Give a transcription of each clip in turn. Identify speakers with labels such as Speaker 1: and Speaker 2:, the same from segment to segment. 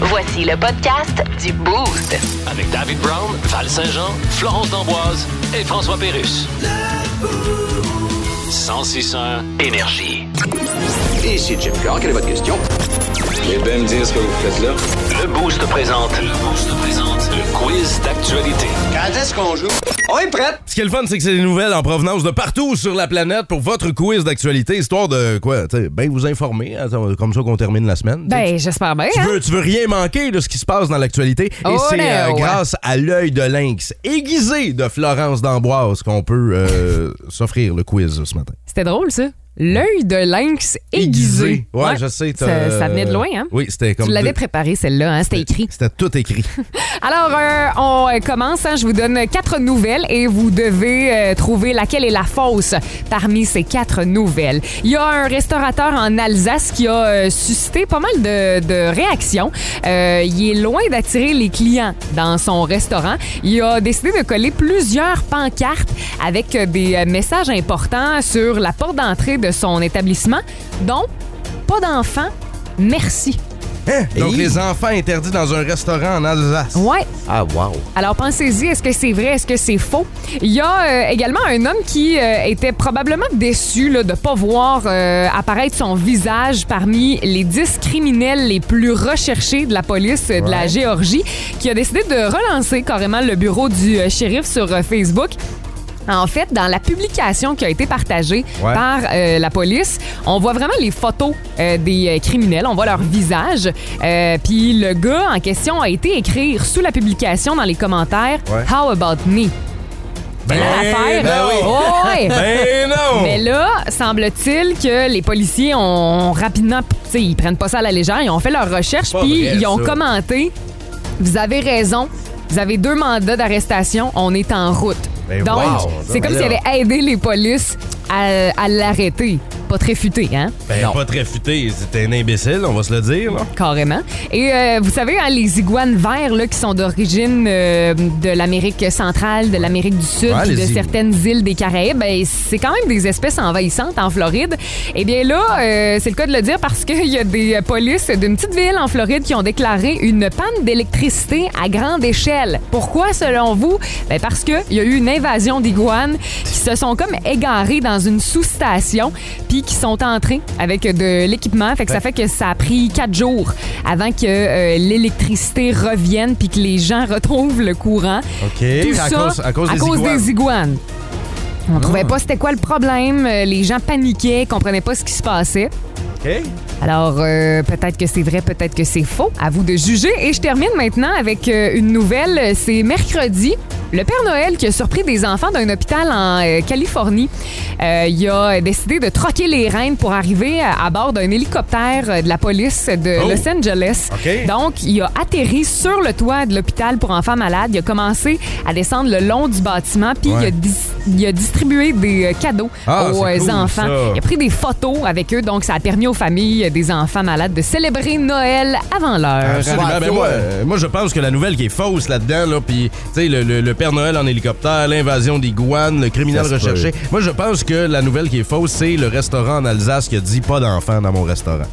Speaker 1: Voici le podcast du Boost.
Speaker 2: Avec David Brown, Val Saint-Jean, Florence D'Amboise et François Pérus. 1061 Énergie.
Speaker 3: Ici Jim Carr, quelle est votre question?
Speaker 4: Vous bien me dire ce que vous faites là?
Speaker 2: Le Boost présente. Le Boost présente. Le quiz d'actualité.
Speaker 3: Quand est-ce qu'on joue? On est prêt!
Speaker 5: Ce qui est le fun, c'est que c'est des nouvelles en provenance de partout sur la planète pour votre quiz d'actualité, histoire de quoi? tu sais, Ben vous informer, hein, ça va- comme ça qu'on termine la semaine.
Speaker 6: Ben, j'espère bien.
Speaker 5: Tu
Speaker 6: hein?
Speaker 5: veux, tu veux rien manquer de ce qui se passe dans l'actualité. Et
Speaker 6: Oh
Speaker 5: c'est euh,
Speaker 6: no.
Speaker 5: grâce à l'œil de lynx aiguisé de Florence d'Amboise qu'on peut euh, s'offrir le quiz ce matin.
Speaker 6: C'était drôle, ça. L'œil de lynx aiguisé.
Speaker 5: Ouais, je sais. t'as-
Speaker 6: Ça, ça venait de loin, hein?
Speaker 5: Oui, c'était comme. Euh,
Speaker 6: Tu l'avais
Speaker 5: tout-
Speaker 6: préparé, celle-là, hein? C'était écrit.
Speaker 5: C'était tout écrit.
Speaker 6: Alors, euh, on euh, commence. hein. Je vous donne quatre nouvelles et vous devez euh, trouver laquelle est la fausse parmi ces quatre nouvelles. Il y a un restaurateur en Alsace qui a euh, suscité pas mal de, de réactions. Euh, il est loin d'attirer les clients dans son restaurant. Il a décidé de coller plusieurs pancartes avec euh, des euh, messages importants sur la porte d'entrée de son établissement, dont pas d'enfants, merci.
Speaker 5: Hein? Donc,
Speaker 6: Hey.
Speaker 5: les enfants interdits dans un restaurant en Alsace.
Speaker 6: Ouais,
Speaker 5: Ah, wow.
Speaker 6: alors pensez-y, est-ce que c'est vrai, est-ce que c'est faux? Il y a euh, également un homme qui euh, était probablement déçu là, de ne pas voir euh, apparaître son visage parmi les 10 criminels les plus recherchés de la police euh, de la Géorgie, qui a décidé de relancer carrément le bureau du euh, shérif sur euh, Facebook. En fait, dans la publication qui a été partagée
Speaker 5: Ouais.
Speaker 6: par euh, la police, on voit vraiment les photos euh, des euh, criminels, on voit leur visage. Euh, Puis le gars en question a été écrire sous la publication dans les commentaires
Speaker 5: Ouais.
Speaker 6: How about me?
Speaker 5: Ben,
Speaker 6: L'affaire,
Speaker 5: ben oui.
Speaker 6: oh, ouais.
Speaker 5: Ben non!
Speaker 6: Mais là, semble-t-il que les policiers ont, ont rapidement, tu sais, ils prennent pas ça à la légère, ils ont fait leur recherche
Speaker 5: pas
Speaker 6: puis
Speaker 5: vrai,
Speaker 6: ils ont
Speaker 5: ça.
Speaker 6: commenté vous avez raison. Vous avez deux mandats d'arrestation, on est en route.
Speaker 5: Ben
Speaker 6: Donc,
Speaker 5: wow,
Speaker 6: c'est
Speaker 5: donc
Speaker 6: comme s'il
Speaker 5: là.
Speaker 6: avait aidé les polices à, à l'arrêter. Pas très futé, hein?
Speaker 5: Ben, pas très futé. C'était un imbécile, on va se le dire.
Speaker 7: Euh,
Speaker 5: Là.
Speaker 6: Carrément. Et euh, vous savez, hein, les iguanes verts là, qui sont d'origine euh, de l'Amérique centrale, de l'Amérique du Sud,
Speaker 5: Ouais,
Speaker 6: puis
Speaker 5: les
Speaker 6: de
Speaker 5: igou-
Speaker 6: certaines îles des Caraïbes, ben, c'est quand même des espèces envahissantes en Floride. Eh bien là, euh, c'est le cas de le dire parce qu'il y a des euh, polices d'une petite ville en Floride qui ont déclaré une panne d'électricité à grande échelle. Pourquoi, selon vous? Ben, parce qu'il y a eu une invasion d'iguanes qui se sont comme égarés dans une sous-station puis qui sont entrés avec de l'équipement. Fait que ça fait que ça a pris quatre jours avant que euh, l'électricité revienne puis que les gens retrouvent le courant.
Speaker 5: OK.
Speaker 6: Tout
Speaker 5: à,
Speaker 6: ça
Speaker 5: cause, à cause des iguanes.
Speaker 6: des iguanes. On
Speaker 5: Ah.
Speaker 6: trouvait pas c'était quoi le problème. Euh, Les gens paniquaient, comprenaient pas ce qui se passait.
Speaker 5: OK.
Speaker 6: Alors, euh, peut-être que c'est vrai, peut-être que c'est faux. À vous de juger. Et je termine maintenant avec euh, une nouvelle. C'est mercredi. Le Père Noël qui a surpris des enfants d'un hôpital en euh, Californie, Euh, il a décidé de troquer les rênes pour arriver à, à bord d'un hélicoptère euh, de la police de
Speaker 5: Oh!
Speaker 6: Los Angeles.
Speaker 5: OK.
Speaker 6: Donc, il a atterri sur le toit de l'hôpital pour enfants malades. Il a commencé à descendre le long du bâtiment, puis
Speaker 5: Ouais.
Speaker 6: il, a dis- il a distribué des euh, cadeaux
Speaker 5: Ah,
Speaker 6: aux
Speaker 5: c'est
Speaker 6: euh,
Speaker 5: cool,
Speaker 6: enfants.
Speaker 5: ça.
Speaker 6: Il a pris des photos avec eux, donc ça a permis aux familles des enfants malades de célébrer Noël avant l'heure.
Speaker 5: Absolument. Ben, moi, euh, moi, je pense que la nouvelle qui est fausse là-dedans, là, puis tu sais, le, le- le Père Noël en hélicoptère, l'invasion des Guanes, le criminel
Speaker 4: Ça se
Speaker 5: recherché. Moi, je pense que la nouvelle qui est fausse, c'est le restaurant en Alsace qui a dit pas d'enfants dans mon restaurant.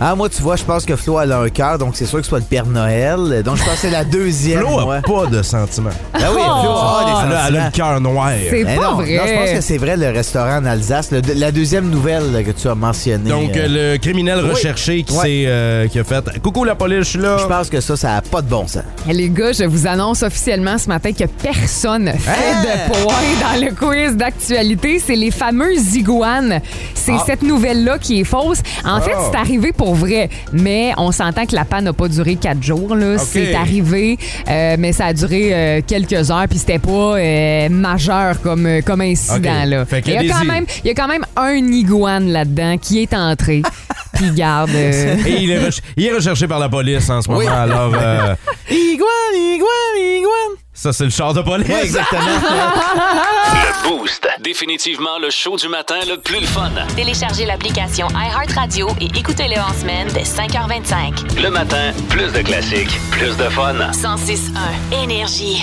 Speaker 7: Ah, moi, tu vois, je pense que Flo, elle a un cœur, donc c'est sûr que c'est pas le Père Noël. Donc, je pense que c'est la deuxième.
Speaker 5: Flo
Speaker 7: moi.
Speaker 5: a pas de sentiments. Ah,
Speaker 7: Ben oui, Flo a des
Speaker 5: elle, a, elle a
Speaker 7: sentiments.
Speaker 5: le cœur noir.
Speaker 6: C'est
Speaker 7: Ben
Speaker 6: pas
Speaker 7: non,
Speaker 6: vrai.
Speaker 7: non, je pense que c'est vrai, le restaurant en Alsace. Le- la deuxième nouvelle là, que tu as mentionnée.
Speaker 5: Donc,
Speaker 7: euh,
Speaker 5: euh, le criminel recherché qui,
Speaker 7: Ouais.
Speaker 5: s'est, euh, qui a fait Coucou la police, je suis là.
Speaker 7: je pense que ça, ça a pas de bon sens.
Speaker 6: Eh, Les gars, je vous annonce officiellement ce matin que personne fait
Speaker 5: Hein?
Speaker 6: de point dans le quiz d'actualité. C'est les fameuses iguanes. C'est
Speaker 5: Ah.
Speaker 6: cette nouvelle-là qui est fausse. En fait, c'est arrivé pour vrai, mais on s'entend que la panne n'a pas duré quatre jours. là. C'est arrivé, euh, mais ça a duré euh, quelques heures, puis c'était pas euh, majeur comme, euh, comme incident.
Speaker 5: OK.
Speaker 6: Là.
Speaker 5: Fait qu'il y a
Speaker 6: il, y
Speaker 5: des
Speaker 6: a quand
Speaker 5: i-
Speaker 6: même, il y a quand même un iguane là-dedans qui est entré, puis garde... euh,
Speaker 5: Et il est, reche- il est recherché par la police en ce moment. Alors, euh,
Speaker 7: Iguane, iguane, iguane.
Speaker 5: ça, c'est le char de police.
Speaker 7: Ouais, exactement.
Speaker 2: Le Boost. Définitivement le show du matin le plus le fun.
Speaker 1: Téléchargez l'application iHeartRadio et écoutez-le en semaine dès 5h25.
Speaker 2: Le matin, plus de classiques, plus de fun.
Speaker 1: 106.1 Énergie.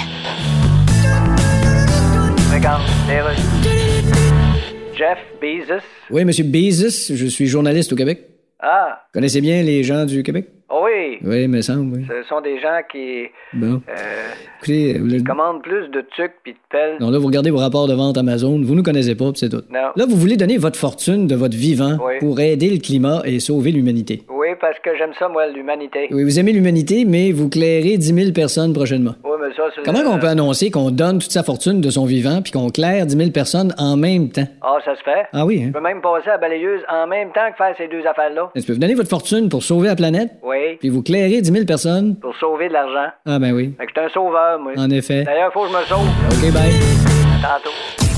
Speaker 8: Oui, Monsieur Bezos, je suis journaliste au Québec. Ah,
Speaker 4: Connaissez bien les gens du Québec?
Speaker 8: oh oui.
Speaker 4: Oui, me semble, oui.
Speaker 8: Ce sont des gens qui
Speaker 4: Bon.
Speaker 8: euh,
Speaker 4: Écoutez, vous-
Speaker 8: commandent plus de tucs puis de pelles.
Speaker 4: non, là, vous regardez vos rapports de vente Amazon, vous nous connaissez pas, puis c'est tout.
Speaker 8: Non.
Speaker 4: Là, vous voulez donner votre fortune de votre vivant
Speaker 8: Oui.
Speaker 4: pour aider le climat et sauver l'humanité.
Speaker 8: Oui, parce que j'aime ça, moi, l'humanité.
Speaker 4: Oui, vous aimez l'humanité, mais vous clairez 10 000 personnes prochainement.
Speaker 8: Oui, mais ça, c'est...
Speaker 4: Comment on peut annoncer qu'on donne toute sa fortune de son vivant puis qu'on claire 10 000 personnes en même temps?
Speaker 8: Ah, ça se fait.
Speaker 4: Ah oui, hein?
Speaker 8: Je peux même passer à la balayeuse en même temps que faire ces deux affaires-là.
Speaker 4: Est-ce que vous donnez votre fortune pour sauver la planète
Speaker 8: Oui,
Speaker 4: puis vous clairez 10 000 personnes?
Speaker 8: pour sauver de l'argent.
Speaker 4: Ah ben oui,
Speaker 8: Fait que je suis un sauveur, moi.
Speaker 4: en effet.
Speaker 8: D'ailleurs, faut que je me sauve.
Speaker 4: OK, bye.
Speaker 8: Tantôt.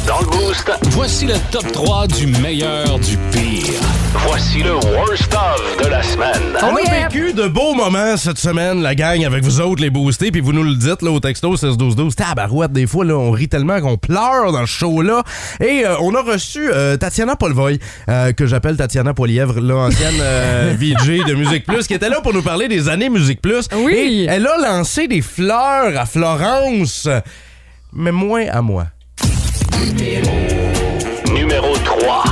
Speaker 2: Dans le boost,
Speaker 9: Voici le top 3 du meilleur du pire.
Speaker 2: voici le worst of de la semaine.
Speaker 4: Oh,
Speaker 5: On
Speaker 6: yeah!
Speaker 5: a vécu de beaux moments cette semaine, la gang, avec vous autres, les boostés, puis vous nous le dites là, au texto 16-12-12. Tabarouette, des fois, là, on rit tellement qu'on pleure dans le show-là. Et euh, on a reçu euh, Tatiana Polvoy, euh, que j'appelle Tatiana Polièvre, l'ancienne euh, VJ de Musique Plus, qui était là pour nous parler des années Musique Plus.
Speaker 6: Oui.
Speaker 5: Et elle a lancé des fleurs à Florence, mais moins à moi.
Speaker 2: Numéro 3.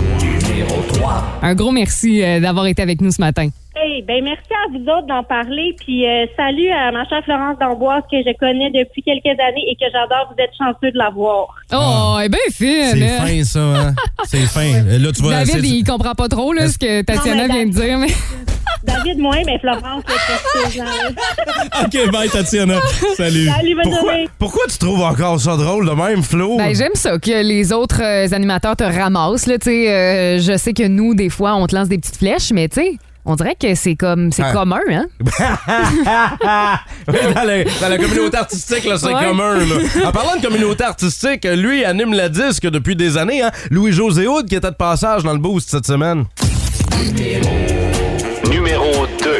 Speaker 6: Un gros merci euh, d'avoir été avec nous ce matin.
Speaker 10: Hey, ben merci à vous autres d'en parler. Puis euh, salut à ma chère Florence D'Amboise que je connais depuis quelques années et que j'adore. Vous êtes chanceux de l'avoir.
Speaker 6: Oh, eh bien fine.
Speaker 5: C'est
Speaker 6: hein?
Speaker 5: fin, ça. hein? C'est fin. Là, tu vois,
Speaker 6: David,
Speaker 5: c'est-
Speaker 6: il comprend pas trop là, ce que Tatiana
Speaker 10: Non, mais
Speaker 6: vient de dire, mais
Speaker 10: David, moi, mais Florence, là, c'est ce que j'en-
Speaker 5: OK, bye, Tatiana. Salut.
Speaker 10: Salut, bonne
Speaker 5: pourquoi,
Speaker 10: journée.
Speaker 5: pourquoi tu trouves encore ça drôle de même, Flo?
Speaker 6: Ben, j'aime ça que les autres euh, animateurs te ramassent. Là, tu sais, euh, je sais que nous, des fois, on te lance des petites flèches, mais tu sais, on dirait que c'est comme c'est
Speaker 5: Ah.
Speaker 6: commun, hein?
Speaker 5: dans, la, dans la communauté artistique, là, c'est
Speaker 6: Ouais.
Speaker 5: commun. là. En parlant de communauté artistique, lui anime la disque depuis des années. Hein? Louis-José Houd qui était de passage dans le boost cette semaine.
Speaker 2: Numéro 2.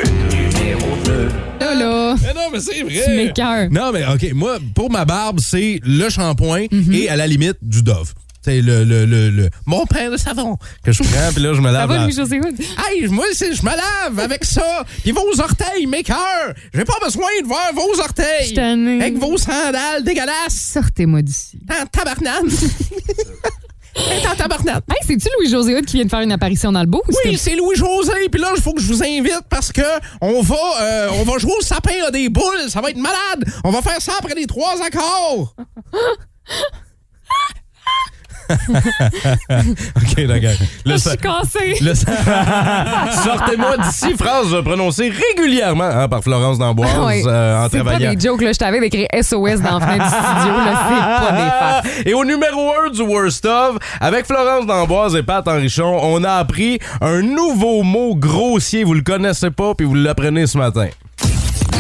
Speaker 6: Là, là,
Speaker 5: Mais non, mais c'est vrai.
Speaker 6: Tu m'écoeures.
Speaker 5: Non, mais OK. Moi, pour ma barbe, c'est le shampoing
Speaker 6: Mhm.
Speaker 5: et à la limite, du Dove. C'est le, le, le, le- mon pain de savon que je prends, puis là, je me
Speaker 6: ça
Speaker 5: lave.
Speaker 6: va,
Speaker 5: la-
Speaker 6: Louis-José Hood?
Speaker 5: Hey, moi, c'est- je me lave avec ça. Puis vos orteils, mes cœurs. J'ai pas besoin de voir vos
Speaker 6: Je
Speaker 5: orteils.
Speaker 6: suis tannée.
Speaker 5: Avec vos sandales dégueulasses.
Speaker 6: Sortez-moi d'ici.
Speaker 5: T'es en tabarnane. T'es en tabarnane.
Speaker 6: Hey, c'est-tu Louis-José Hood qui vient de faire une apparition dans le beau?
Speaker 5: Oui, c'est Louis-José. Puis là, il faut que je vous invite parce que on va, euh, on va jouer au sapin à des boules. Ça va être malade. On va faire ça après les trois accords. OK, d'accord.
Speaker 6: Je suis cassée.
Speaker 5: Le sa- Sortez-moi d'ici, phrase prononcée régulièrement hein, par Florence D'Amboise
Speaker 6: Ah ouais.
Speaker 5: euh, en
Speaker 6: c'est pas
Speaker 5: travaillant.
Speaker 6: des jokes, là. Je t'avais d'écrire SOS dans la fin du studio, là. C'est pas des farces.
Speaker 5: Et au numéro 1 du Worst of, avec Florence D'Amboise et Pat Henrichon, on a appris un nouveau mot grossier. Vous le connaissez pas, puis vous l'apprenez ce matin.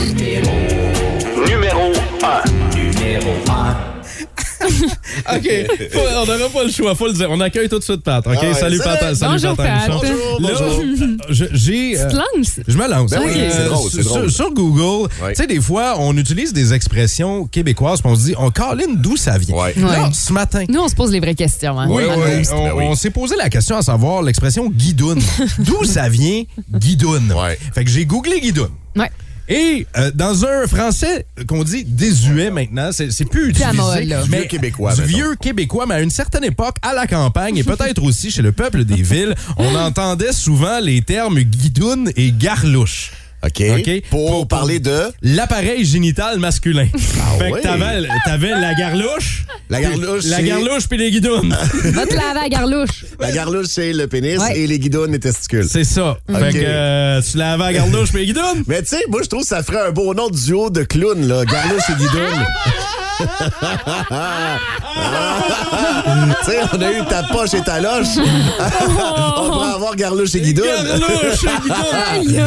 Speaker 2: Numéro 1.
Speaker 5: OK, on n'aura pas le choix, faut le dire. On accueille tout de suite Pat. OK,
Speaker 4: Salut,
Speaker 5: Pat.
Speaker 6: Bonjour, Pat.
Speaker 5: J'ai... euh,
Speaker 6: Tu te lances?
Speaker 5: Je me lance.
Speaker 6: oui,
Speaker 5: Euh,
Speaker 4: Ben c'est drôle, c'est
Speaker 5: sur-
Speaker 4: drôle.
Speaker 5: Sur, Google, tu sais, des fois, on utilise des expressions québécoises, puis on se dit, on colline d'où ça vient. Là,
Speaker 6: Ouais.
Speaker 5: ce matin,
Speaker 6: Nous, on se pose les vraies questions. Hein,
Speaker 5: oui,
Speaker 6: dans le
Speaker 5: on-
Speaker 11: Ben
Speaker 6: boost.
Speaker 5: on, on s'est posé la question à savoir l'expression guidoune. d'où ça vient, guidoune? Fait que j'ai googlé guidoune.
Speaker 6: Ouais.
Speaker 5: Et euh, dans un français qu'on dit désuet maintenant, c'est c'est plus
Speaker 6: Plus à
Speaker 5: utilisé.
Speaker 6: mode, là. Du
Speaker 5: vieux québécois. Du vieux québécois, mais à une certaine époque, à la campagne et peut-être aussi chez le peuple des villes, on entendait souvent les termes guidoune et garlouche.
Speaker 11: OK.
Speaker 5: OK.
Speaker 11: Pour, parler de
Speaker 5: L'appareil génital masculin. fait
Speaker 11: ouais.
Speaker 5: que t'avais, t'avais la garlouche.
Speaker 11: la garlouche.
Speaker 5: La
Speaker 11: c'est-
Speaker 5: garlouche puis les guidounes.
Speaker 6: Va te laver à garlouche.
Speaker 11: La garlouche, c'est le pénis
Speaker 6: Ouais.
Speaker 11: et les guidons les testicules.
Speaker 5: C'est ça. Fait
Speaker 11: OK.
Speaker 5: que euh, tu l'avais à garlouche puis les guidounes.
Speaker 11: Mais tu sais, moi, je trouve que ça ferait un beau nom de duo de clowns, là. Garlouche et guidon. tu sais, on a eu ta poche et ta loche. on pourrait avoir garlouche et guidon.
Speaker 5: Garlouche et guidounes.
Speaker 6: Aïe,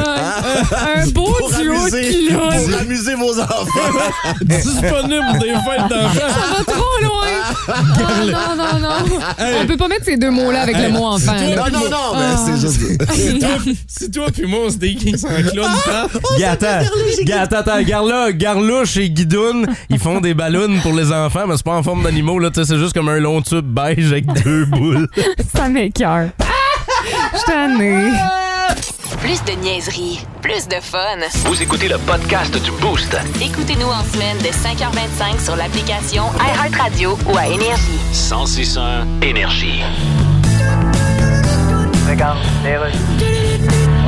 Speaker 6: aïe. Un beau
Speaker 11: Pour
Speaker 6: duo
Speaker 11: amuser,
Speaker 6: de clowns.
Speaker 11: pour amuser vos enfants.
Speaker 5: Disponible des fêtes d'enfants.
Speaker 6: Ça va trop loin. Oh, non, non, non. On peut pas mettre ces deux mots-là avec le mot enfant. là. Ah.
Speaker 11: non, non, non, mais c'est juste.
Speaker 5: Si toi puis moi on se déguise en clown,
Speaker 6: Ah,
Speaker 5: hein. Gata, Gata, attends, regarde là, Garlouche et Guidoune, ils font des ballons pour les enfants, mais c'est pas en forme d'animaux, là, tu sais, c'est juste comme un long tube beige avec deux boules.
Speaker 6: Ça m'écœure. Je suis tannée.
Speaker 1: Plus de niaiserie, plus de fun.
Speaker 2: Vous écoutez le podcast du boost.
Speaker 1: Écoutez-nous en semaine de 5h25 sur l'application iHeartRadio ou à Énergie.
Speaker 2: 1061 Énergie.
Speaker 8: Regarde, les rues.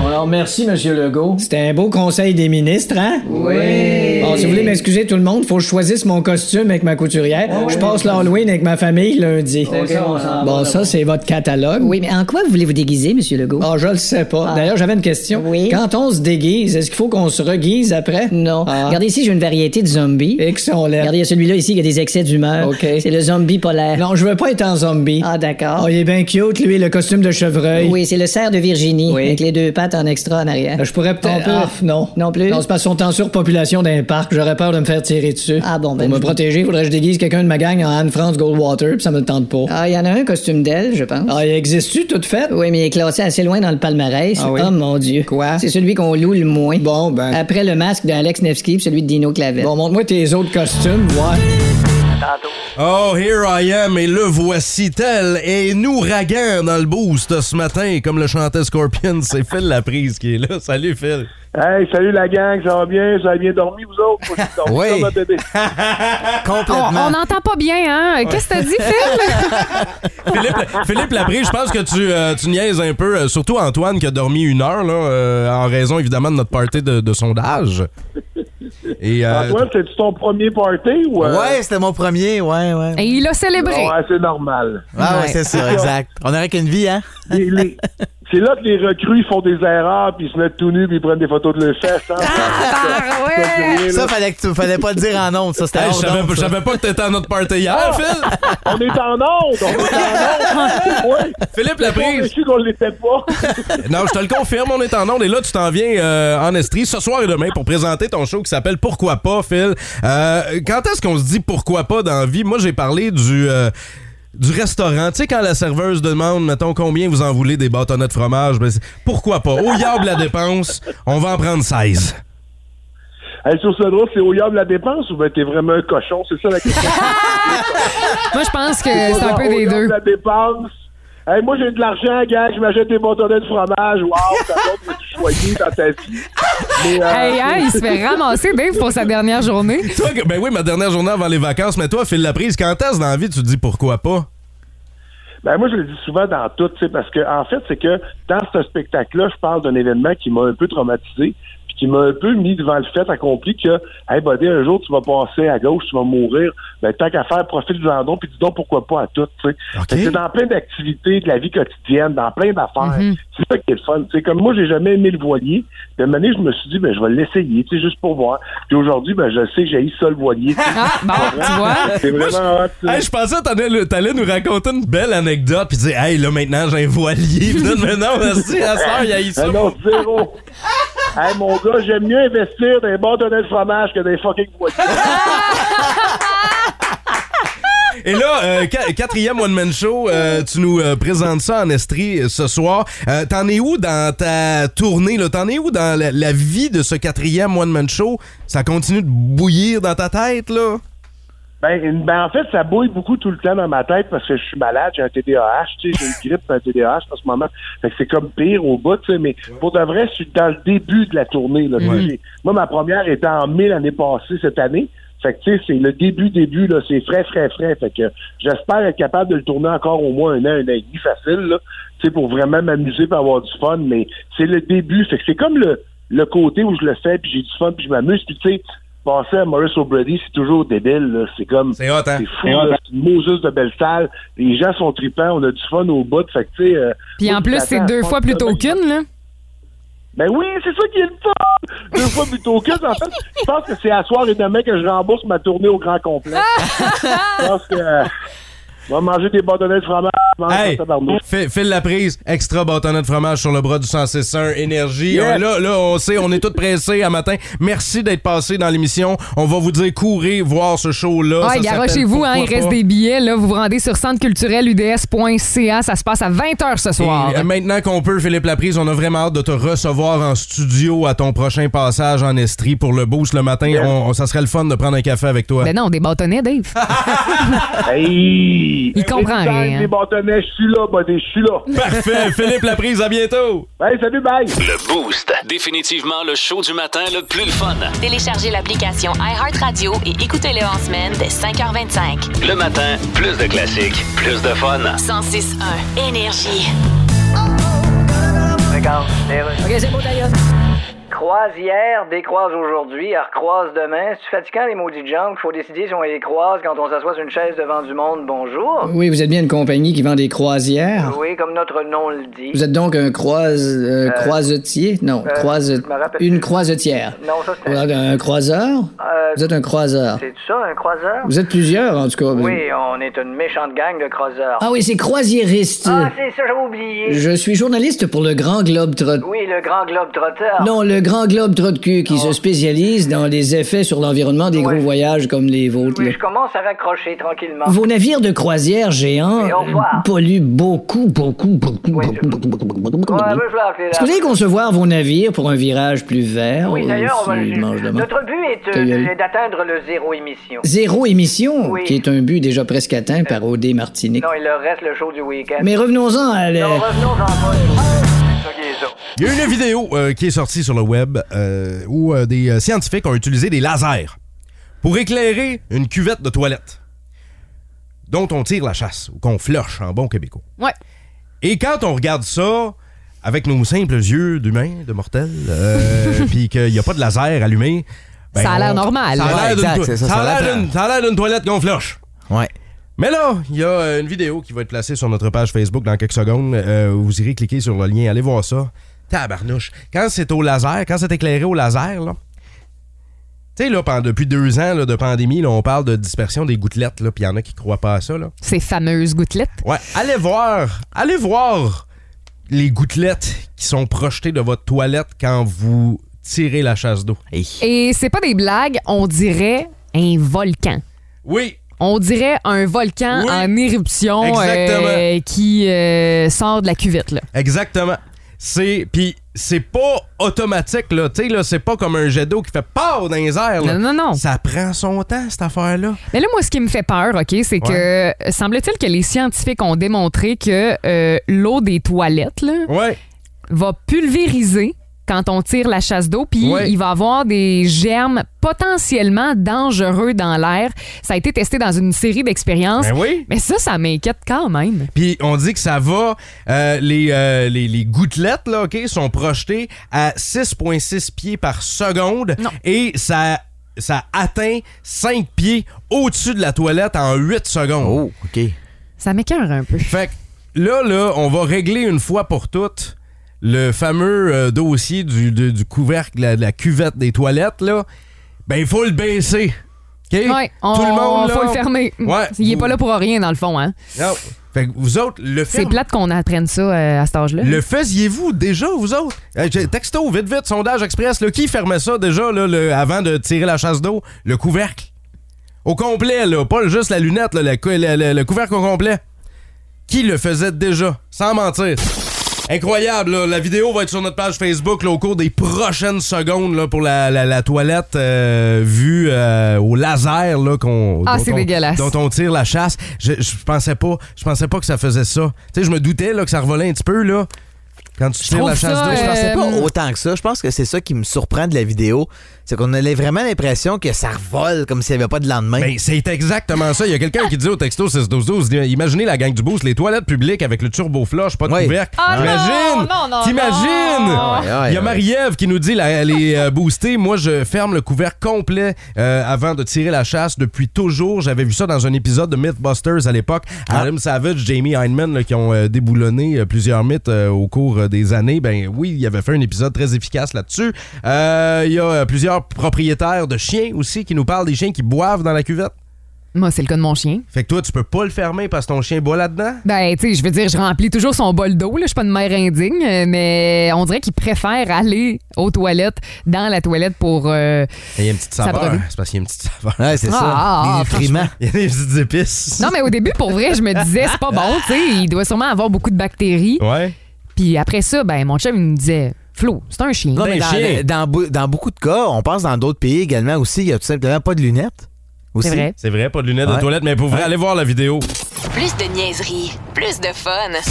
Speaker 4: On, Alors, merci, M. Legault. C'était un beau conseil des ministres, hein? Oui. Bon, Ah, si vous voulez m'excuser, tout le monde, faut que je choisisse mon costume avec ma couturière. je passe l'Halloween avec ma famille lundi. bon, ça, c'est votre catalogue.
Speaker 12: Oui, mais en quoi voulez-vous déguiser, Monsieur Legault?
Speaker 4: Ah, je le sais pas.
Speaker 12: Ah.
Speaker 4: D'ailleurs, j'avais une question. Quand on se déguise, est-ce qu'il faut qu'on se reguise après? Ah.
Speaker 12: Non. Regardez ici, j'ai une variété de zombies.
Speaker 4: Et qui sont là.
Speaker 12: Regardez, il y a celui-là ici qui a des excès d'humeur.
Speaker 4: OK.
Speaker 12: C'est le zombie polaire.
Speaker 4: Non, je veux pas être un zombie.
Speaker 12: Ah, d'accord.
Speaker 4: Oh, il est bien cute, lui, le costume de chevreuil.
Speaker 12: Oui, c'est le cerf de Virginie,
Speaker 4: Oui.
Speaker 12: avec les deux pattes en extra en arrière.
Speaker 4: Euh, Je pourrais peut-être.
Speaker 12: On peut-
Speaker 4: Ah, non.
Speaker 12: Non plus?
Speaker 4: Non, c'est parce qu'on est en surpopulation d'un parc. J'aurais peur de me faire tirer dessus.
Speaker 12: Ah bon, ben,
Speaker 4: Pour me
Speaker 12: je-
Speaker 4: protéger, faudrait que je déguise quelqu'un de ma gang en Anne-France Goldwater, puis ça me le tente pas.
Speaker 12: Ah, il y en a un costume d'elle, je pense.
Speaker 4: Ah, il existe-tu, toute faite?
Speaker 12: Oui, mais il est classé assez loin dans le palmarès.
Speaker 4: Ah oui?
Speaker 12: Oh mon Dieu.
Speaker 4: Quoi?
Speaker 12: C'est celui qu'on loue le moins.
Speaker 4: Bon, ben.
Speaker 12: Après le masque d'Alex Nevsky et celui de Dino Clavel.
Speaker 4: Bon, montre-moi tes autres costumes, voir.
Speaker 5: Oh, here I am, et le voici tel, et nous raguant dans le boost ce matin, comme le chantait Scorpion, c'est Phil Laprise qui est là. Salut Phil.
Speaker 8: Hey, salut la gang, ça va bien? Vous avez bien dormi, vous autres? Moi, j'ai dormi
Speaker 7: Oui.
Speaker 8: comme un bébé.
Speaker 6: On on
Speaker 7: Complètement.
Speaker 6: n'entend pas bien, hein? Qu'est-ce que t'as dit, Phil?
Speaker 5: Philippe, Philippe Laprise, je pense que tu, euh, tu niaises un peu, euh, surtout Antoine qui a dormi une heure, là, euh, en raison évidemment de notre party de, de sondage. Et, euh,
Speaker 8: Antoine, c'est-tu ton premier party ou. euh,
Speaker 7: Ouais, c'était mon premier, ouais, ouais.
Speaker 6: Et il a célébré.
Speaker 8: Bon, ouais, c'est normal.
Speaker 7: Ah ouais,
Speaker 6: Ouais.
Speaker 7: c'est ça, exact. On n'aurait qu'une vie, hein?
Speaker 8: Les- les- C'est là que les recrues font des erreurs, puis ils se mettent tout nus, puis ils prennent des photos de leurs fesses. hein.
Speaker 6: Ah, ouais.
Speaker 7: Ça, fallait que tu fallait pas le dire en honte, ça, c'était
Speaker 5: hey, je
Speaker 7: hors
Speaker 5: savais
Speaker 7: d'onde,
Speaker 5: pas- je
Speaker 7: ça.
Speaker 5: savais pas que t'étais à notre party hier, Phil.
Speaker 8: Ah, On est en onde! On est en onde! Ouais.
Speaker 5: Philippe Laprise.
Speaker 8: Je suis qu'on l'était pas.
Speaker 5: Non, je te le confirme, on est en onde et là, tu t'en viens euh, en Estrie ce soir et demain pour présenter ton show qui s'appelle Pourquoi pas, Phil. Euh, quand est-ce qu'on se dit pourquoi pas dans la vie? Moi, j'ai parlé du. euh, du restaurant, tu sais, quand la serveuse demande, mettons, combien vous en voulez des bâtonnets de fromage, ben, c'est- pourquoi pas? Au yard de la dépense, on va en prendre 16.
Speaker 8: Hey, sur ce drôle, c'est au yard de la dépense ou ben t'es vraiment un cochon? C'est ça la question.
Speaker 6: Moi, je pense que Ben, c'est un peu
Speaker 8: Au
Speaker 6: des
Speaker 8: yard de
Speaker 6: deux.
Speaker 8: la dépense. Hey, moi, j'ai de l'argent, gars, je m'achète des bâtonnets de fromage. Wow, ça montre que tu choisis dans ta vie. Mais, euh,
Speaker 6: Hey, hein, il se fait ramasser, Dave, pour sa dernière journée.
Speaker 5: Toi, que- ben oui, ma dernière journée avant les vacances, mais toi, Phil Laprise, quand est-ce dans la vie tu te dis pourquoi pas?
Speaker 8: Ben moi, je le dis souvent dans tout, tu sais, parce que en fait, c'est que dans ce spectacle-là, je parle d'un événement qui m'a un peu traumatisé, puis qui m'a un peu mis devant le fait accompli que, hey, buddy, un jour, tu vas passer à gauche, tu vas mourir. Ben, tant qu'à faire, profite du landon, puis dis donc pourquoi pas à tout, tu sais.
Speaker 5: OK.
Speaker 8: Fait que C'est dans plein d'activités de la vie quotidienne, dans plein d'affaires.
Speaker 6: Mhm.
Speaker 8: C'est ça qui est le fun. Tu sais, comme moi, j'ai jamais aimé le voilier. De manière, je me suis dit, ben, je vais l'essayer, tu sais, juste pour voir. Puis aujourd'hui, ben, je sais que j'ai ça le voilier. tu sais.
Speaker 6: Ah, bon, tu vois.
Speaker 8: C'est
Speaker 5: Moi,
Speaker 8: vraiment hot, tu sais.
Speaker 5: Hey, je pensais que t'allais, t'allais nous raconter une belle anecdote puis dire hey là maintenant j'ai un voilier Puis là, mais non merci à soeur il y a eu ça.
Speaker 8: Ah non, zéro. hey, mon gars, j'aime mieux investir dans les bâtonnets de fromage que dans les fucking voitures.
Speaker 5: Et là euh, qua- quatrième one man show euh, tu nous euh, présentes ça en estrie euh, ce soir. Euh, t'en es où dans ta tournée là T'en es où dans la, la vie de ce quatrième one man show Ça continue de bouillir dans ta tête là
Speaker 8: Ben, une- ben, en fait, ça bouille beaucoup tout le temps dans ma tête parce que je suis malade, j'ai un TDAH, tu sais, j'ai une grippe, un TDAH en ce moment. Fait que c'est comme pire au bout, tu sais, mais pour de vrai, je suis dans le début de la tournée, là. tu sais. J'ai- Moi, ma première était en mai l'année passée, cette année. Fait que, tu sais, c'est le début, début, là, c'est frais, frais, frais. Fait que euh, j'espère être capable de le tourner encore au moins un an, un an et demi facile, là, tu sais, pour vraiment m'amuser et avoir du fun, mais c'est le début. Fait que c'est comme le, le côté où je le fais, puis j'ai du fun, puis je m'amuse, puis tu sais, penser à Maurice O'Brady, c'est toujours débile, là. C'est comme...
Speaker 5: C'est hot hein.
Speaker 8: C'est fou, là. c'est une Moses de belle salle. Les gens sont tripants, on a du fun au bout. Fait que, tu sais, euh,
Speaker 6: Puis en plus, c'est deux fois plutôt qu'une, là.
Speaker 8: Ben oui, c'est ça qui est le fun! Deux fois plutôt qu'une. En fait, je pense que c'est à soir et demain que je rembourse ma tournée au grand complet. Je pense que. euh, On va manger des bâtonnets de fromage. je mange un
Speaker 5: Hey,
Speaker 8: tabarnouche.
Speaker 5: fi- file la prise, extra bâtonnet de fromage sur le bras du 106.1 énergie.
Speaker 8: Yes.
Speaker 5: Euh, Là, là, on sait, on est tous pressés à matin. Merci d'être passé dans l'émission. On va vous dire courez voir ce show-là.
Speaker 6: Ah,
Speaker 5: Ça s'appelle
Speaker 6: garochez-vous, hein, il
Speaker 5: Pourquoi
Speaker 6: reste
Speaker 5: pas.
Speaker 6: des billets. Là, vous vous rendez sur centrecultureluds.ca. Ça se passe à 20h ce
Speaker 5: Et,
Speaker 6: soir.
Speaker 5: euh, maintenant qu'on peut, Philippe Laprise, on a vraiment hâte de te recevoir en studio à ton prochain passage en Estrie pour le boost le matin. On- on- ça serait le fun de prendre un café avec toi.
Speaker 6: Ben non, des bâtonnets, Dave.
Speaker 13: Ah,
Speaker 8: Hey!
Speaker 6: Il comprend
Speaker 8: Des
Speaker 6: rien. hein.
Speaker 8: Des bâtonnets, je suis là, buddy, je suis là.
Speaker 5: Parfait, Philippe Laprise, à bientôt.
Speaker 8: Hey, salut, bye!
Speaker 2: Le Boost. Définitivement le show du matin le plus le fun.
Speaker 1: Téléchargez l'application iHeartRadio et écoutez-le en semaine dès 5h25.
Speaker 2: Le matin, plus de classiques, plus de fun.
Speaker 1: 106.1 Énergie.
Speaker 13: Regarde, les Russes.
Speaker 12: OK, c'est bon, d'ailleurs.
Speaker 13: Croise hier, décroise aujourd'hui, elle recroise demain. C'est fatigant, les maudits jambes. Faut décider si on les croise quand on s'assoit sur une chaise devant du monde. Bonjour.
Speaker 4: Oui, vous êtes bien une compagnie qui vend des croisières.
Speaker 13: Oui, comme notre nom le dit.
Speaker 4: Vous êtes donc un croise, euh, croisetier? Non,
Speaker 13: euh,
Speaker 4: croise,
Speaker 13: je me rappelle
Speaker 4: une
Speaker 13: plus.
Speaker 4: croisetière.
Speaker 13: Non, ça, c'est-
Speaker 4: Vous êtes un croiseur?
Speaker 13: Euh,
Speaker 4: vous êtes un croiseur.
Speaker 13: C'est ça, un croiseur?
Speaker 4: Vous êtes plusieurs, en tout cas.
Speaker 13: Oui, on est une méchante gang de croiseurs.
Speaker 4: Ah oui, c'est croisiériste.
Speaker 13: Ah, c'est ça, j'avais oublié.
Speaker 4: Je suis journaliste pour le Grand Globe Trot...
Speaker 13: Oui, le grand globe trotteur.
Speaker 4: Non, le Grand Globe Trot de cul qui se spécialise dans les effets sur l'environnement des gros voyages comme les vôtres. là.
Speaker 13: Je commence à raccrocher tranquillement.
Speaker 4: Vos navires de croisière géants
Speaker 13: Oui, au revoir.
Speaker 4: euh, polluent beaucoup, beaucoup, beaucoup, beaucoup, beaucoup, beaucoup, beaucoup, beaucoup.
Speaker 13: Ouais, ben, je vais appeler là.
Speaker 4: Est-ce que vous allez concevoir vos navires pour un virage plus vert?
Speaker 13: Ah Oui,
Speaker 4: euh,
Speaker 13: d'ailleurs, on va-
Speaker 4: si je mange demain?
Speaker 13: notre but est euh,
Speaker 4: Ta gueule.
Speaker 13: de- d'atteindre le zéro émission.
Speaker 4: Zéro émission,
Speaker 13: Oui.
Speaker 4: qui est un but déjà presque atteint par O.D. Martinique.
Speaker 13: Non, il leur reste le show du week-end.
Speaker 4: Mais revenons-en à la-
Speaker 13: Non, revenons-en pas. Ça, qui est ça.
Speaker 5: Il y a une vidéo euh, qui est sortie sur le web euh, où euh, des euh, scientifiques ont utilisé des lasers pour éclairer une cuvette de toilette dont on tire la chasse ou qu'on flush en bon québécois.
Speaker 6: Ouais.
Speaker 5: Et quand on regarde ça avec nos simples yeux d'humains, de mortels, euh, puis qu'il n'y a pas de laser allumé, ben,
Speaker 6: Ça a l'air
Speaker 5: on-
Speaker 6: normal.
Speaker 5: Ça
Speaker 6: Ouais,
Speaker 5: a l'air d'une
Speaker 6: exact,
Speaker 5: toi-
Speaker 6: c'est ça,
Speaker 5: ça
Speaker 6: ça
Speaker 5: a l'air
Speaker 6: l'apprend.
Speaker 5: d'une- ça a l'air d'une toilette qu'on flush.
Speaker 7: Ouais.
Speaker 5: Mais là, il y a euh, une vidéo qui va être placée sur notre page Facebook dans quelques secondes. Euh, vous irez cliquer sur le lien, allez voir ça. Tabarnouche. Quand c'est au laser, quand c'est éclairé au laser, là. Tu sais, là, pendant- depuis deux ans là, de pandémie, là, on parle de dispersion des gouttelettes, là, puis il y en a qui croient pas à ça, là.
Speaker 6: Ces fameuses gouttelettes.
Speaker 5: Ouais, allez voir, allez voir les gouttelettes qui sont projetées de votre toilette quand vous tirez la chasse d'eau.
Speaker 6: Et c'est pas des blagues, on dirait un volcan.
Speaker 5: Oui.
Speaker 6: On dirait un volcan
Speaker 5: Oui.
Speaker 6: en éruption euh,
Speaker 5: Exactement.
Speaker 6: qui euh, sort de la cuvette. Là.
Speaker 5: Exactement. C'est puis c'est pas automatique là, tu sais là, c'est pas comme un jet d'eau qui fait paf dans les airs. Là.
Speaker 6: Non non non.
Speaker 5: Ah Ça prend son temps cette affaire là.
Speaker 6: Mais là, moi, ce qui me fait peur, OK, c'est que euh, semble-t-il que les scientifiques ont démontré que euh, l'eau des toilettes là, va pulvériser quand on tire la chasse d'eau, puis
Speaker 14: Ouais.
Speaker 6: il va avoir des germes potentiellement dangereux dans l'air. Ça a été testé dans une série d'expériences.
Speaker 5: Ben oui.
Speaker 6: Mais ça, ça m'inquiète quand même.
Speaker 5: Puis on dit que ça va euh, les, euh, les les gouttelettes là, OK, sont projetées à 6.6 pieds par seconde et ça ça atteint 5 pieds au-dessus de la toilette en 8 secondes. Oh,
Speaker 7: OK.
Speaker 6: Ça m'écœure un peu.
Speaker 5: Fait que là, là, on va régler une fois pour toutes le fameux euh, dossier du, de- du couvercle, la, de la cuvette des toilettes, là. Ben, il faut le baisser. OK?
Speaker 6: Ouais, on,
Speaker 5: Tout le monde, là,
Speaker 6: faut le
Speaker 5: on-
Speaker 6: fermer.
Speaker 5: Ouais.
Speaker 6: Il est pas là pour rien, dans le fond. Hein?
Speaker 5: Non. Fait que vous autres, le
Speaker 6: C'est
Speaker 5: ferme-
Speaker 6: plate qu'on apprenne ça euh, à cet âge-là.
Speaker 5: Le faisiez-vous déjà, vous autres? Euh, j'ai- texto, vite, vite, sondage express. Là, qui fermait ça déjà là, le- avant de tirer la chasse d'eau? Le couvercle. Au complet, là, pas juste la lunette, là, la cou- la- la- le couvercle au complet. Qui le faisait déjà? Sans mentir. Incroyable, là. la vidéo va être sur notre page Facebook là, au cours des prochaines secondes là, pour la, la- la toilette euh, vue euh, au laser là, qu'on
Speaker 6: Ah,
Speaker 5: dont
Speaker 6: c'est
Speaker 5: on-
Speaker 6: dégueulasse.
Speaker 5: dont on tire la chasse. Je, je pensais pas, je pensais pas que ça faisait ça. Tu sais, je me doutais là, que ça revolait un petit peu là. Quand tu tires la chasse d'eau,
Speaker 7: Je pensais
Speaker 6: euh,
Speaker 7: pas autant que ça. Je pense que c'est ça qui me surprend de la vidéo. C'est qu'on a vraiment l'impression que ça revole comme s'il n'y avait pas de lendemain.
Speaker 5: Ben, c'est exactement ça. Il y a quelqu'un qui dit au texto 6-12-12, imaginez la gang du boost, les toilettes publiques avec le turbo flush, pas de couvercle.
Speaker 6: Ah non,
Speaker 5: T'imagines?
Speaker 6: non, non, non.
Speaker 5: T'imagines?
Speaker 6: Ouais, ouais,
Speaker 5: Il y a
Speaker 6: ouais.
Speaker 5: Marie-Ève qui nous dit, la- elle est euh, boostée. Moi, je ferme le couvercle complet euh, avant de tirer la chasse depuis toujours. J'avais vu ça dans un épisode de Mythbusters à l'époque.
Speaker 6: Ah.
Speaker 5: Adam Savage, Jamie Heineman, là, qui ont euh, déboulonné euh, plusieurs mythes euh, au cours euh, des années. Ben oui, il avait fait un épisode très efficace là-dessus. Euh, Il y a euh, plusieurs propriétaires de chiens aussi qui nous parlent des chiens qui boivent dans la cuvette.
Speaker 6: Moi, c'est le cas de mon chien.
Speaker 5: Fait que toi, tu peux pas le fermer parce que ton chien boit là-dedans?
Speaker 6: Ben, tu sais, je veux dire, je remplis toujours son bol d'eau. là. Je suis pas une mère indigne, euh, mais on dirait qu'il préfère aller aux toilettes, dans la toilette pour. euh,
Speaker 5: Il y a une petite
Speaker 6: Ça
Speaker 5: saveur.
Speaker 6: brûle.
Speaker 5: C'est parce qu'il y a une petite saveur.
Speaker 7: Ouais,
Speaker 6: c'est Ah, ça. ah, Les ah, nutriments.
Speaker 5: Il y a des petites épices.
Speaker 6: Non, mais au début, pour vrai, je me disais, c'est pas bon, tu sais, il doit sûrement avoir beaucoup de bactéries.
Speaker 5: Ouais.
Speaker 6: Puis après ça, ben, mon chum, il me disait, Flo, c'est un Ben, chien.
Speaker 7: Non, mais dans, dans, bou- dans beaucoup de cas, on pense dans d'autres pays également aussi, il n'y a tout simplement pas de lunettes.
Speaker 5: Aussi.
Speaker 1: C'est vrai.
Speaker 5: C'est vrai, pas de lunettes de toilette, mais pour vrai, allez voir la vidéo.
Speaker 1: Plus de niaiserie, plus de fun.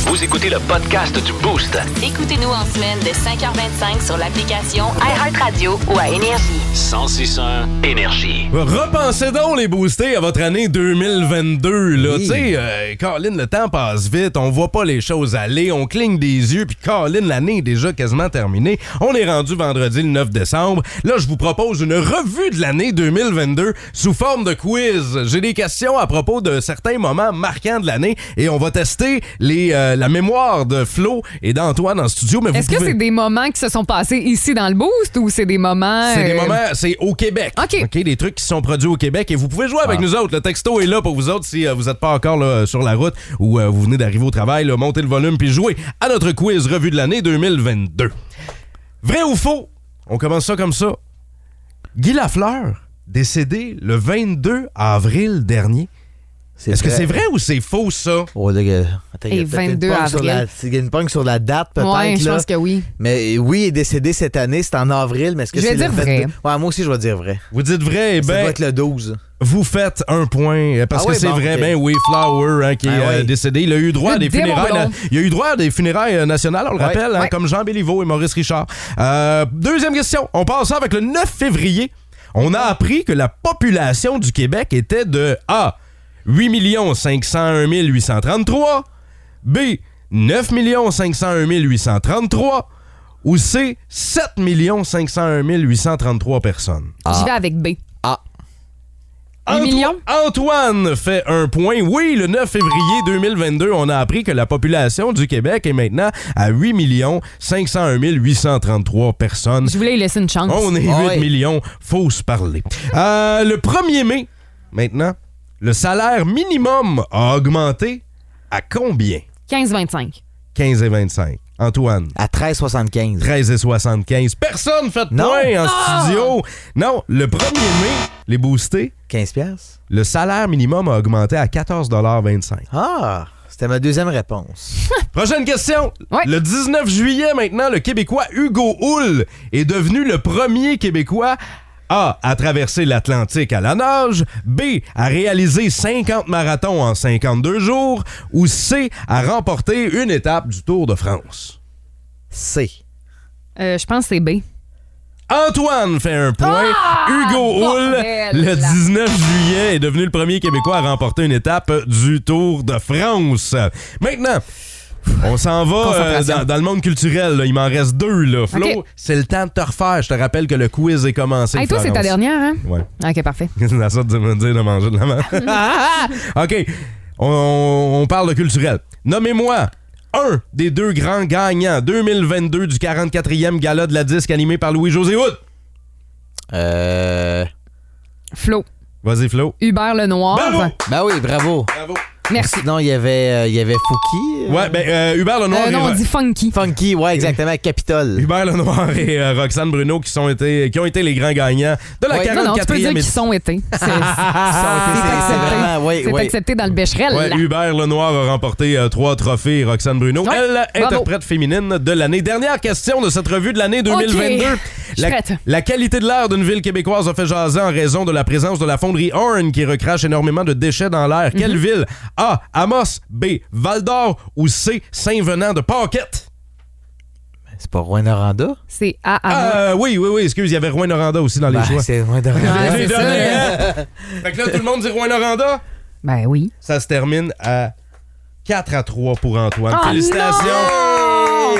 Speaker 2: Vous écoutez le podcast du Boost.
Speaker 1: Écoutez-nous en semaine de 5h25 sur l'application iHeartRadio ou à Énergie.
Speaker 2: 1061 Énergie.
Speaker 5: Repensez donc les boostés à votre année 2022. Là. Tu sais, euh, Colin, le temps passe vite, on voit pas les choses aller, on cligne des yeux, puis Colin, l'année est déjà quasiment terminée. On est rendu vendredi le 9 décembre. Là, je vous propose une revue de l'année 2022 sous forme de quiz. J'ai des questions à propos de certains moments marquants de l'année et on va tester les, euh, la mémoire de Flo et d'Antoine en studio. Mais vous
Speaker 6: Est-ce que
Speaker 5: pouvez-
Speaker 6: c'est des moments qui se sont passés ici dans le boost ou c'est des moments.
Speaker 5: c'est des
Speaker 6: euh,
Speaker 5: moments, c'est au Québec. OK. Ah. Des trucs qui sont produits au Québec et vous pouvez jouer avec nous autres. Le texto est là pour vous autres si euh, vous n'êtes pas encore là, sur la route ou euh, vous venez d'arriver au travail. là, montez le volume puis jouez à notre quiz revue de l'année 2022. Vrai ou faux? On commence ça comme ça. Guy Lafleur, décédé le 22 avril dernier. Est-ce que
Speaker 7: vrai.
Speaker 5: c'est vrai ou c'est faux ça?
Speaker 7: Oh, là, que- attends, il y a
Speaker 6: Et
Speaker 7: peut-être une
Speaker 6: 22
Speaker 7: pogne sur
Speaker 6: avril.
Speaker 7: la- Il y a une pogne sur la date, peut-être.
Speaker 6: Ouais, je
Speaker 7: là.
Speaker 6: pense que oui.
Speaker 7: Mais oui, il est décédé cette année, c'est en avril, mais est-ce que
Speaker 6: Je vais
Speaker 7: c'est le
Speaker 6: dire vrai.
Speaker 7: 22? Ouais, moi aussi, je vais dire vrai.
Speaker 5: Vous dites vrai, eh
Speaker 7: Ça
Speaker 5: ben-
Speaker 7: doit être le 12.
Speaker 5: Vous faites un point euh, parce
Speaker 7: Ah
Speaker 5: que
Speaker 7: ouais,
Speaker 5: c'est
Speaker 7: bon,
Speaker 5: vrai.
Speaker 7: ok.
Speaker 5: Ben oui, Flower hein, qui est
Speaker 7: Ah
Speaker 5: euh,
Speaker 7: ouais.
Speaker 5: décédé. Il a eu droit à
Speaker 7: Le
Speaker 5: des
Speaker 7: démon
Speaker 5: funérailles.
Speaker 7: blond.
Speaker 5: na- Il a eu droit à des funérailles euh, nationales, on le
Speaker 7: Ouais.
Speaker 5: rappelle, hein,
Speaker 7: Ouais.
Speaker 5: comme Jean Béliveau et Maurice Richard. Euh, deuxième question. On passe ça avec le 9 février. On a appris que la population du Québec était de A. 8 501 833 B. 9 501 833 ou C. 7 501 833 personnes.
Speaker 6: J'y vais avec B.
Speaker 5: Ah. Antoine fait un point. Oui, le 9 février 2022, on a appris que la population du Québec est maintenant à 8 501 833 personnes.
Speaker 6: Je voulais lui laisser une chance.
Speaker 5: On est 8 millions, faut se parler. Euh, le 1er mai, maintenant, le salaire minimum a augmenté à combien?
Speaker 6: 15-25.
Speaker 5: 15 et 25. Antoine.
Speaker 7: À 13,75.
Speaker 5: 13 et 75. Personne fait de point en
Speaker 7: Ah!
Speaker 5: studio. Non, le 1er mai, les boostés.
Speaker 7: 15 piastres.
Speaker 5: Le salaire minimum a augmenté à 14,25
Speaker 7: Ah, c'était ma deuxième réponse.
Speaker 5: Prochaine question. Le 19 juillet, maintenant, le Québécois Hugo Hull est devenu le premier Québécois A. à traverser l'Atlantique à la nage, B. à réaliser 50 marathons en 52 jours, ou C. à remporter une étape du Tour de France.
Speaker 7: C.
Speaker 6: Euh, je pense que c'est B.
Speaker 5: Antoine fait un point. Hugo Hull,
Speaker 6: Ah, bordel.
Speaker 5: le 19 juillet, est devenu le premier Québécois à remporter une étape du Tour de France. Maintenant, on s'en va euh,
Speaker 14: Concentration.
Speaker 5: dans, dans le monde culturel. là. Il m'en reste deux. Là. Flo,
Speaker 6: Ok.
Speaker 5: c'est le temps de te refaire. Je te rappelle que le quiz est commencé.
Speaker 6: Hey, toi, c'est ta
Speaker 5: Florence.
Speaker 6: dernière, hein?
Speaker 5: Ouais.
Speaker 6: OK, parfait.
Speaker 5: la sorte de me dire de manger de la main. OK. On, on parle de culturel. Nommez-moi un des deux grands gagnants 2022 du 44e gala de la disque animé par Louis-José Hood.
Speaker 7: Euh...
Speaker 6: Flo.
Speaker 5: Vas-y, Flo.
Speaker 6: Hubert Lenoir.
Speaker 7: Ben oui, bravo.
Speaker 5: Bravo.
Speaker 6: Merci.
Speaker 7: Sinon, il y avait, euh, il y avait Fouki.
Speaker 5: Ouais, ben, euh, Hubert Lenoir
Speaker 6: Euh, non,
Speaker 5: et-
Speaker 6: on dit funky.
Speaker 7: Funky, ouais, exactement, Capitole.
Speaker 5: Hubert Lenoir et euh, Roxane Bruno qui, sont été, qui ont été les grands gagnants de la
Speaker 6: Ouais,
Speaker 5: 44e
Speaker 6: non, non, tu peux dire
Speaker 5: édition.
Speaker 6: qu'ils sont été. C'est- C'est accepté.
Speaker 5: ouais,
Speaker 6: C'est
Speaker 5: ouais.
Speaker 6: accepté dans le Becherel.
Speaker 5: Ouais, Hubert Lenoir a remporté euh, trois trophées. Roxane Bruno,
Speaker 6: Ouais,
Speaker 5: elle,
Speaker 6: bravo.
Speaker 5: interprète féminine de l'année. Dernière question de cette revue de l'année 2022.
Speaker 6: Ok, je
Speaker 5: La,
Speaker 6: prête.
Speaker 5: la qualité de l'air d'une ville québécoise a fait jaser en raison de la présence de la fonderie Horn qui recrache énormément de déchets dans l'air.
Speaker 6: Mhm.
Speaker 5: Quelle ville? A. Amos. B. Val d'Or. Ou C. Saint-Venant de Paquette?
Speaker 7: C'est pas Rouen Noranda?
Speaker 6: C'est A à
Speaker 5: Euh, oui, oui, oui, excuse, il y avait Rouen Noranda aussi dans les
Speaker 7: Ben,
Speaker 5: choix.
Speaker 7: c'est Rouen
Speaker 6: Ah,
Speaker 5: Je l'ai
Speaker 7: c'est
Speaker 5: donné,
Speaker 7: ça.
Speaker 5: hein? fait que là, tout le monde dit Rouen Noranda?
Speaker 6: Ben oui.
Speaker 5: Ça se termine à 4 à 3 pour Antoine.
Speaker 6: Oh
Speaker 5: Félicitations!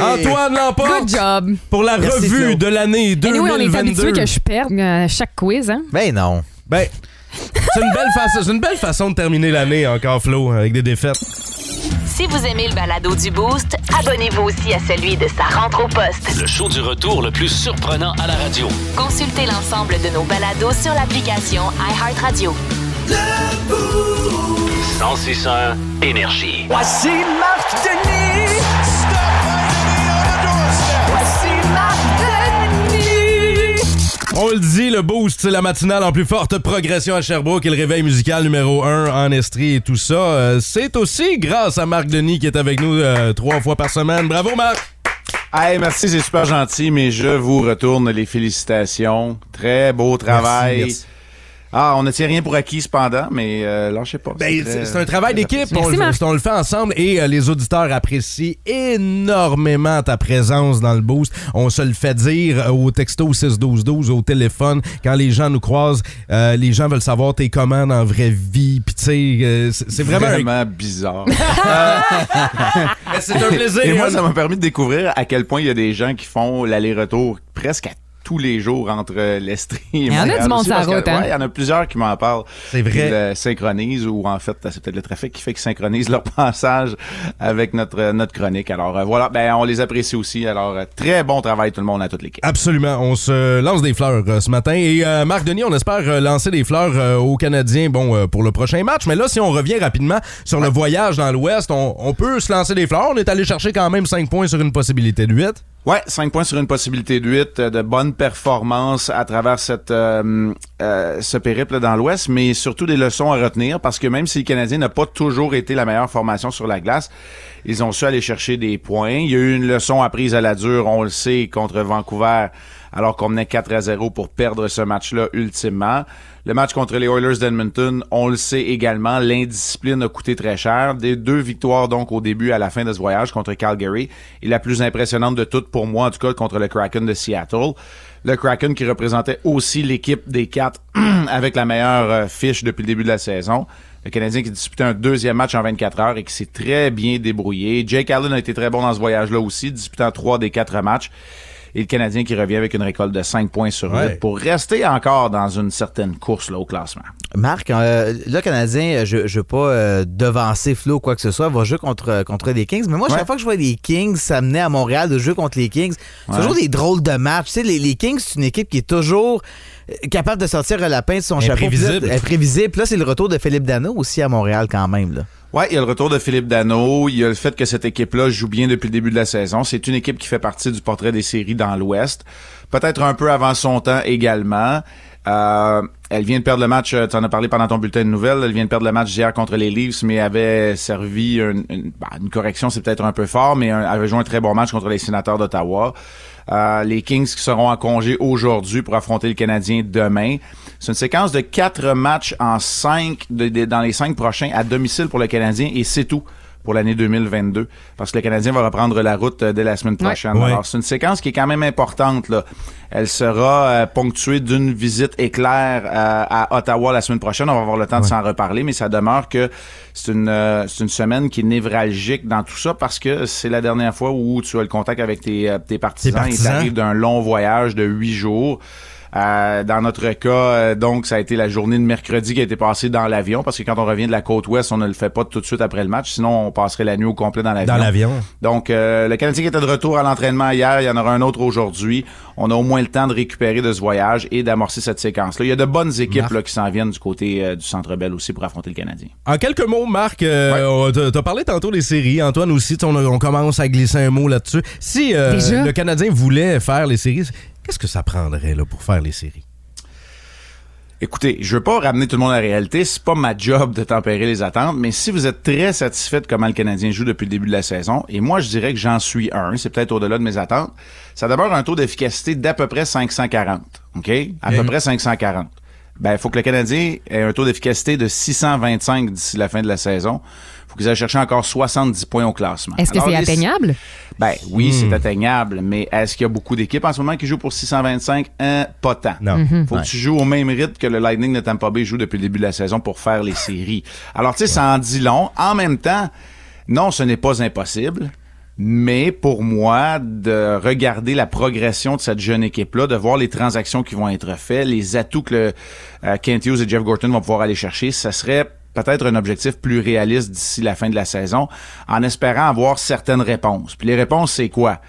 Speaker 5: Antoine l'emporte.
Speaker 6: Good job.
Speaker 5: Pour la
Speaker 6: Merci,
Speaker 5: revue
Speaker 6: Flo.
Speaker 5: de l'année 2022.
Speaker 6: Anyway, on est habitué que je perde à chaque quiz, hein?
Speaker 7: Ben non.
Speaker 5: Ben, c'est une, belle façon- c'est une belle façon de terminer l'année encore, Flo, avec des défaites.
Speaker 1: Si vous aimez le balado du Boost, abonnez-vous aussi à celui de sa rentre au poste.
Speaker 2: Le show du retour le plus surprenant à la radio.
Speaker 1: Consultez l'ensemble de nos balados sur l'application iHeartRadio.
Speaker 2: 1061 Énergie.
Speaker 14: Voici Marc Denis. Voici Marc Denis.
Speaker 5: On le dit, le boost, c'est la matinale en plus forte progression à Sherbrooke et le réveil musical numéro 1 en Estrie et tout ça. Euh, c'est aussi grâce à Marc Denis qui est avec nous euh, trois fois par semaine. Bravo, Marc!
Speaker 15: Hey, merci, c'est super gentil, mais je vous retourne les félicitations. Très beau travail.
Speaker 5: Merci, merci.
Speaker 15: Ah, on ne tient rien pour acquis cependant, mais euh, lâchez pas.
Speaker 5: Ben,
Speaker 15: très-
Speaker 5: c'est c'est un travail d'équipe.
Speaker 15: Merci,
Speaker 5: On, le-
Speaker 15: Marc.
Speaker 5: on le fait ensemble et euh, les auditeurs apprécient énormément ta présence dans le boost. On se le fait dire euh, au texto 61212, au téléphone. Quand les gens nous croisent, euh, les gens veulent savoir t'es comment dans la vraie vie. Puis tu sais, euh, c'est c'est vraiment... un-
Speaker 15: Vraiment bizarre.
Speaker 5: Mais c'est un plaisir.
Speaker 15: Et moi,
Speaker 5: hein.
Speaker 15: ça m'a permis de découvrir à quel point il y a des gens qui font l'aller-retour presque à tous les jours entre l'Estrie et
Speaker 6: y en a
Speaker 15: Montréal
Speaker 6: du monde
Speaker 15: aussi,
Speaker 6: sur la
Speaker 15: parce que-
Speaker 6: route, hein.
Speaker 15: ouais, Il y en a plusieurs qui m'en parlent.
Speaker 5: C'est vrai.
Speaker 15: Ils le synchronisent ou en fait, c'est peut-être le trafic qui fait qu'ils synchronisent leur passage avec notre, notre chronique. Alors euh, voilà, ben, on les apprécie aussi. Alors euh, très bon travail tout le monde à toute l'équipe.
Speaker 5: Absolument. On se lance des fleurs euh, ce matin. Et euh, Marc Denis, on espère euh, lancer des fleurs euh, aux Canadiens bon, euh, pour le prochain match. Mais là, si on revient rapidement sur le voyage dans l'Ouest, on, on peut se lancer des fleurs. On est allé chercher quand même 5 points sur une possibilité de 8.
Speaker 15: Ouais, 5 points sur une possibilité de 8, de bonnes performances à travers cette, euh, euh, ce périple dans l'Ouest, mais surtout des leçons à retenir parce que même si les Canadiens n'a pas toujours été la meilleure formation sur la glace, ils ont su aller chercher des points. Il y a eu une leçon apprise à la dure, on le sait, contre Vancouver alors qu'on menait 4 à 0 pour perdre ce match-là ultimement. Le match contre les Oilers d'Edmonton, on le sait également, l'indiscipline a coûté très cher. Des deux victoires donc au début et à la fin de ce voyage contre Calgary et la plus impressionnante de toutes pour moi en tout cas contre le Kraken de Seattle. Le Kraken qui représentait aussi l'équipe des quatre avec la meilleure euh, fiche depuis le début de la saison. Le Canadien qui disputait un deuxième match en 24 heures et qui s'est très bien débrouillé. Jake Allen a été très bon dans ce voyage-là aussi, disputant trois des quatre matchs. Et le Canadien qui revient avec une récolte de 5 points sur 8
Speaker 7: Ouais.
Speaker 15: pour rester encore dans une certaine course là, au classement.
Speaker 7: Marc, euh, le Canadien, euh, je ne veux pas euh, devancer Flo ou quoi que ce soit, va jouer contre, euh, contre les Kings. Mais moi, chaque fois que je vois les Kings s'amener à Montréal de jouer contre les Kings, c'est
Speaker 15: Ouais.
Speaker 7: toujours des drôles de matchs. Tu sais, les, les Kings, c'est une équipe qui est toujours euh, capable de sortir le lapin de son chapeau.
Speaker 15: Imprévisible.
Speaker 7: Puis Là, imprévisible. Puis Là, c'est le retour de Philippe Dano aussi à Montréal quand même. Là.
Speaker 15: Ouais, il y a le retour de Philippe Dano, il y a le fait que cette équipe-là joue bien depuis le début de la saison. C'est une équipe qui fait partie du portrait des séries dans l'Ouest. Peut-être un peu avant son temps également. Euh, elle vient de perdre le match, euh, tu en as parlé pendant ton bulletin de nouvelles, elle vient de perdre le match hier contre les Leafs, mais avait servi une, une- bah, une correction, c'est peut-être un peu fort, mais un- avait joué un très bon match contre les sénateurs d'Ottawa. Euh, les Kings qui seront en congé aujourd'hui pour affronter le Canadien demain. C'est une séquence de quatre matchs en cinq, de- de- dans les cinq prochains à domicile pour le Canadien et c'est tout pour l'année 2022 parce que le Canadien va reprendre la route euh, dès la semaine prochaine.
Speaker 5: Ouais.
Speaker 15: Alors, c'est une séquence qui est quand même importante. Là. Elle sera euh, ponctuée d'une visite éclair euh, à Ottawa la semaine prochaine. On va avoir le temps de s'en reparler, mais ça demeure que c'est une, euh, c'est une semaine qui est névralgique dans tout ça parce que c'est la dernière fois où tu as le contact avec tes, euh, tes partisans.
Speaker 5: Tes partisans.
Speaker 15: Et t'arrives d'un long voyage de huit jours. Euh, dans notre cas, euh, donc, ça a été la journée de mercredi qui a été passée dans l'avion, parce que quand on revient de la côte ouest, on ne le fait pas tout de suite après le match, sinon on passerait la nuit au complet dans l'avion.
Speaker 5: Dans l'avion.
Speaker 15: Donc, euh, le Canadien qui était de retour à l'entraînement hier, il y en aura un autre aujourd'hui. On a au moins le temps de récupérer de ce voyage et d'amorcer cette séquence-là. Il y a de bonnes équipes là, qui s'en viennent du côté euh, du Centre Bell aussi pour affronter le Canadien.
Speaker 5: En quelques mots, Marc, euh, on- t'as- t'as parlé tantôt des séries. Antoine aussi, t'sais, on, a- on commence à glisser un mot là-dessus. Si euh,
Speaker 15: Déjà?
Speaker 5: le Canadien voulait faire les séries, qu'est-ce que ça prendrait là, pour faire les séries?
Speaker 15: Écoutez, je veux pas ramener tout le monde à la réalité, c'est pas ma job de tempérer les attentes, mais si vous êtes très satisfait de comment le Canadien joue depuis le début de la saison, et moi je dirais que j'en suis un, c'est peut-être au-delà de mes attentes, ça a d'abord un taux d'efficacité d'à peu près 540, OK? À
Speaker 6: Mhm.
Speaker 15: peu près 540. Ben, il faut que le Canadien ait un taux d'efficacité de 625 d'ici la fin de la saison. faut qu'ils aillent chercher encore 70 points au classement.
Speaker 6: Est-ce que
Speaker 15: Alors,
Speaker 6: c'est
Speaker 15: les-
Speaker 6: atteignable?
Speaker 15: ben oui,
Speaker 6: Hmm.
Speaker 15: c'est atteignable, mais est-ce qu'il y a beaucoup d'équipes en ce moment qui jouent pour 625? Hein, pas tant.
Speaker 5: Non.
Speaker 14: Mhm.
Speaker 15: Faut que tu joues au même rythme que le Lightning de Tampa Bay joue depuis le début de la saison pour faire les séries. Alors, tu sais, ça en dit long. En même temps, non, ce n'est pas impossible. Mais pour moi, de regarder la progression de cette jeune équipe-là, de voir les transactions qui vont être faites, les atouts que le, euh, Kent Hughes et Jeff Gorton vont pouvoir aller chercher, ça serait peut-être un objectif plus réaliste d'ici la fin de la saison, en espérant avoir certaines réponses. Puis les réponses, c'est quoi?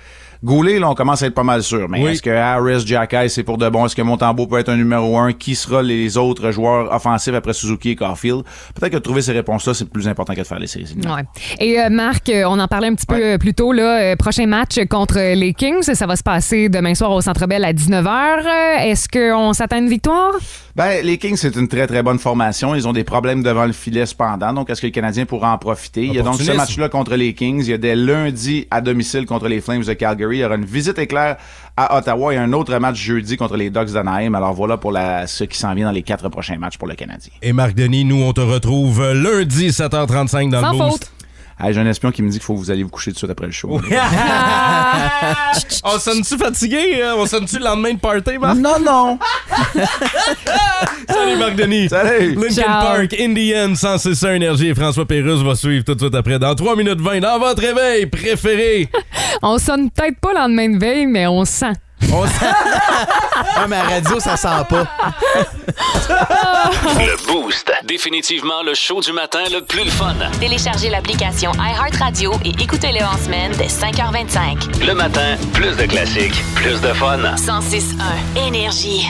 Speaker 15: Goulet, là, on commence à être pas mal sûr. Mais
Speaker 5: Oui.
Speaker 15: est-ce que Harris, Jacky, c'est pour de bon? Est-ce que Montembeau peut être un numéro un? Qui sera les autres joueurs offensifs après Suzuki et Caulfield? Peut-être que de trouver ces réponses-là, c'est plus important que de faire les séries.
Speaker 6: Ouais. Et euh, Marc, euh, on en parlait un petit peu euh, plus tôt, là, euh, prochain match contre les Kings, ça va se passer demain soir au Centre Bell à 19h. Est-ce qu'on s'attend à une victoire?
Speaker 15: Ben, les Kings, c'est une très, très bonne formation. Ils ont des problèmes devant le filet cependant. Donc, est-ce que le Canadien pourra en profiter? Il y a donc ce
Speaker 5: Opportunisme.
Speaker 15: match-là contre les Kings. Il y a dès lundi à domicile contre les Flames de Calgary. Il y aura une visite éclair à Ottawa et un autre match jeudi contre les Ducks d'Anaheim. Alors voilà pour la, ce qui s'en vient dans les quatre prochains matchs pour le Canadien.
Speaker 5: Et Marc Denis, nous, on te retrouve lundi 7h35 dans
Speaker 6: Sans
Speaker 5: le
Speaker 6: faute.
Speaker 5: boost.
Speaker 15: Hey, J'ai un espion qui me dit qu'il faut que vous allez vous coucher tout de suite après le show.
Speaker 5: on sonne-tu fatigué? hein? On sonne-tu le lendemain de party, Marc?
Speaker 11: Non, non.
Speaker 5: Salut, Marc Denis.
Speaker 15: Salut.
Speaker 5: Linkin
Speaker 11: Ciao.
Speaker 5: Park, Indian, 106 Énergie et François Pérusse va suivre tout de suite après. Dans 3 minutes 20, dans votre réveil préféré.
Speaker 6: On sonne peut-être pas le lendemain de veille, mais on sent.
Speaker 5: On sent.
Speaker 7: Ah, mais à la radio, ça sent pas.
Speaker 2: Le Boost. Définitivement le show du matin le plus le fun.
Speaker 1: Téléchargez l'application iHeartRadio et écoutez-le en semaine dès 5h25.
Speaker 2: Le matin, plus de classiques, plus de fun.
Speaker 1: 106.1 Énergie.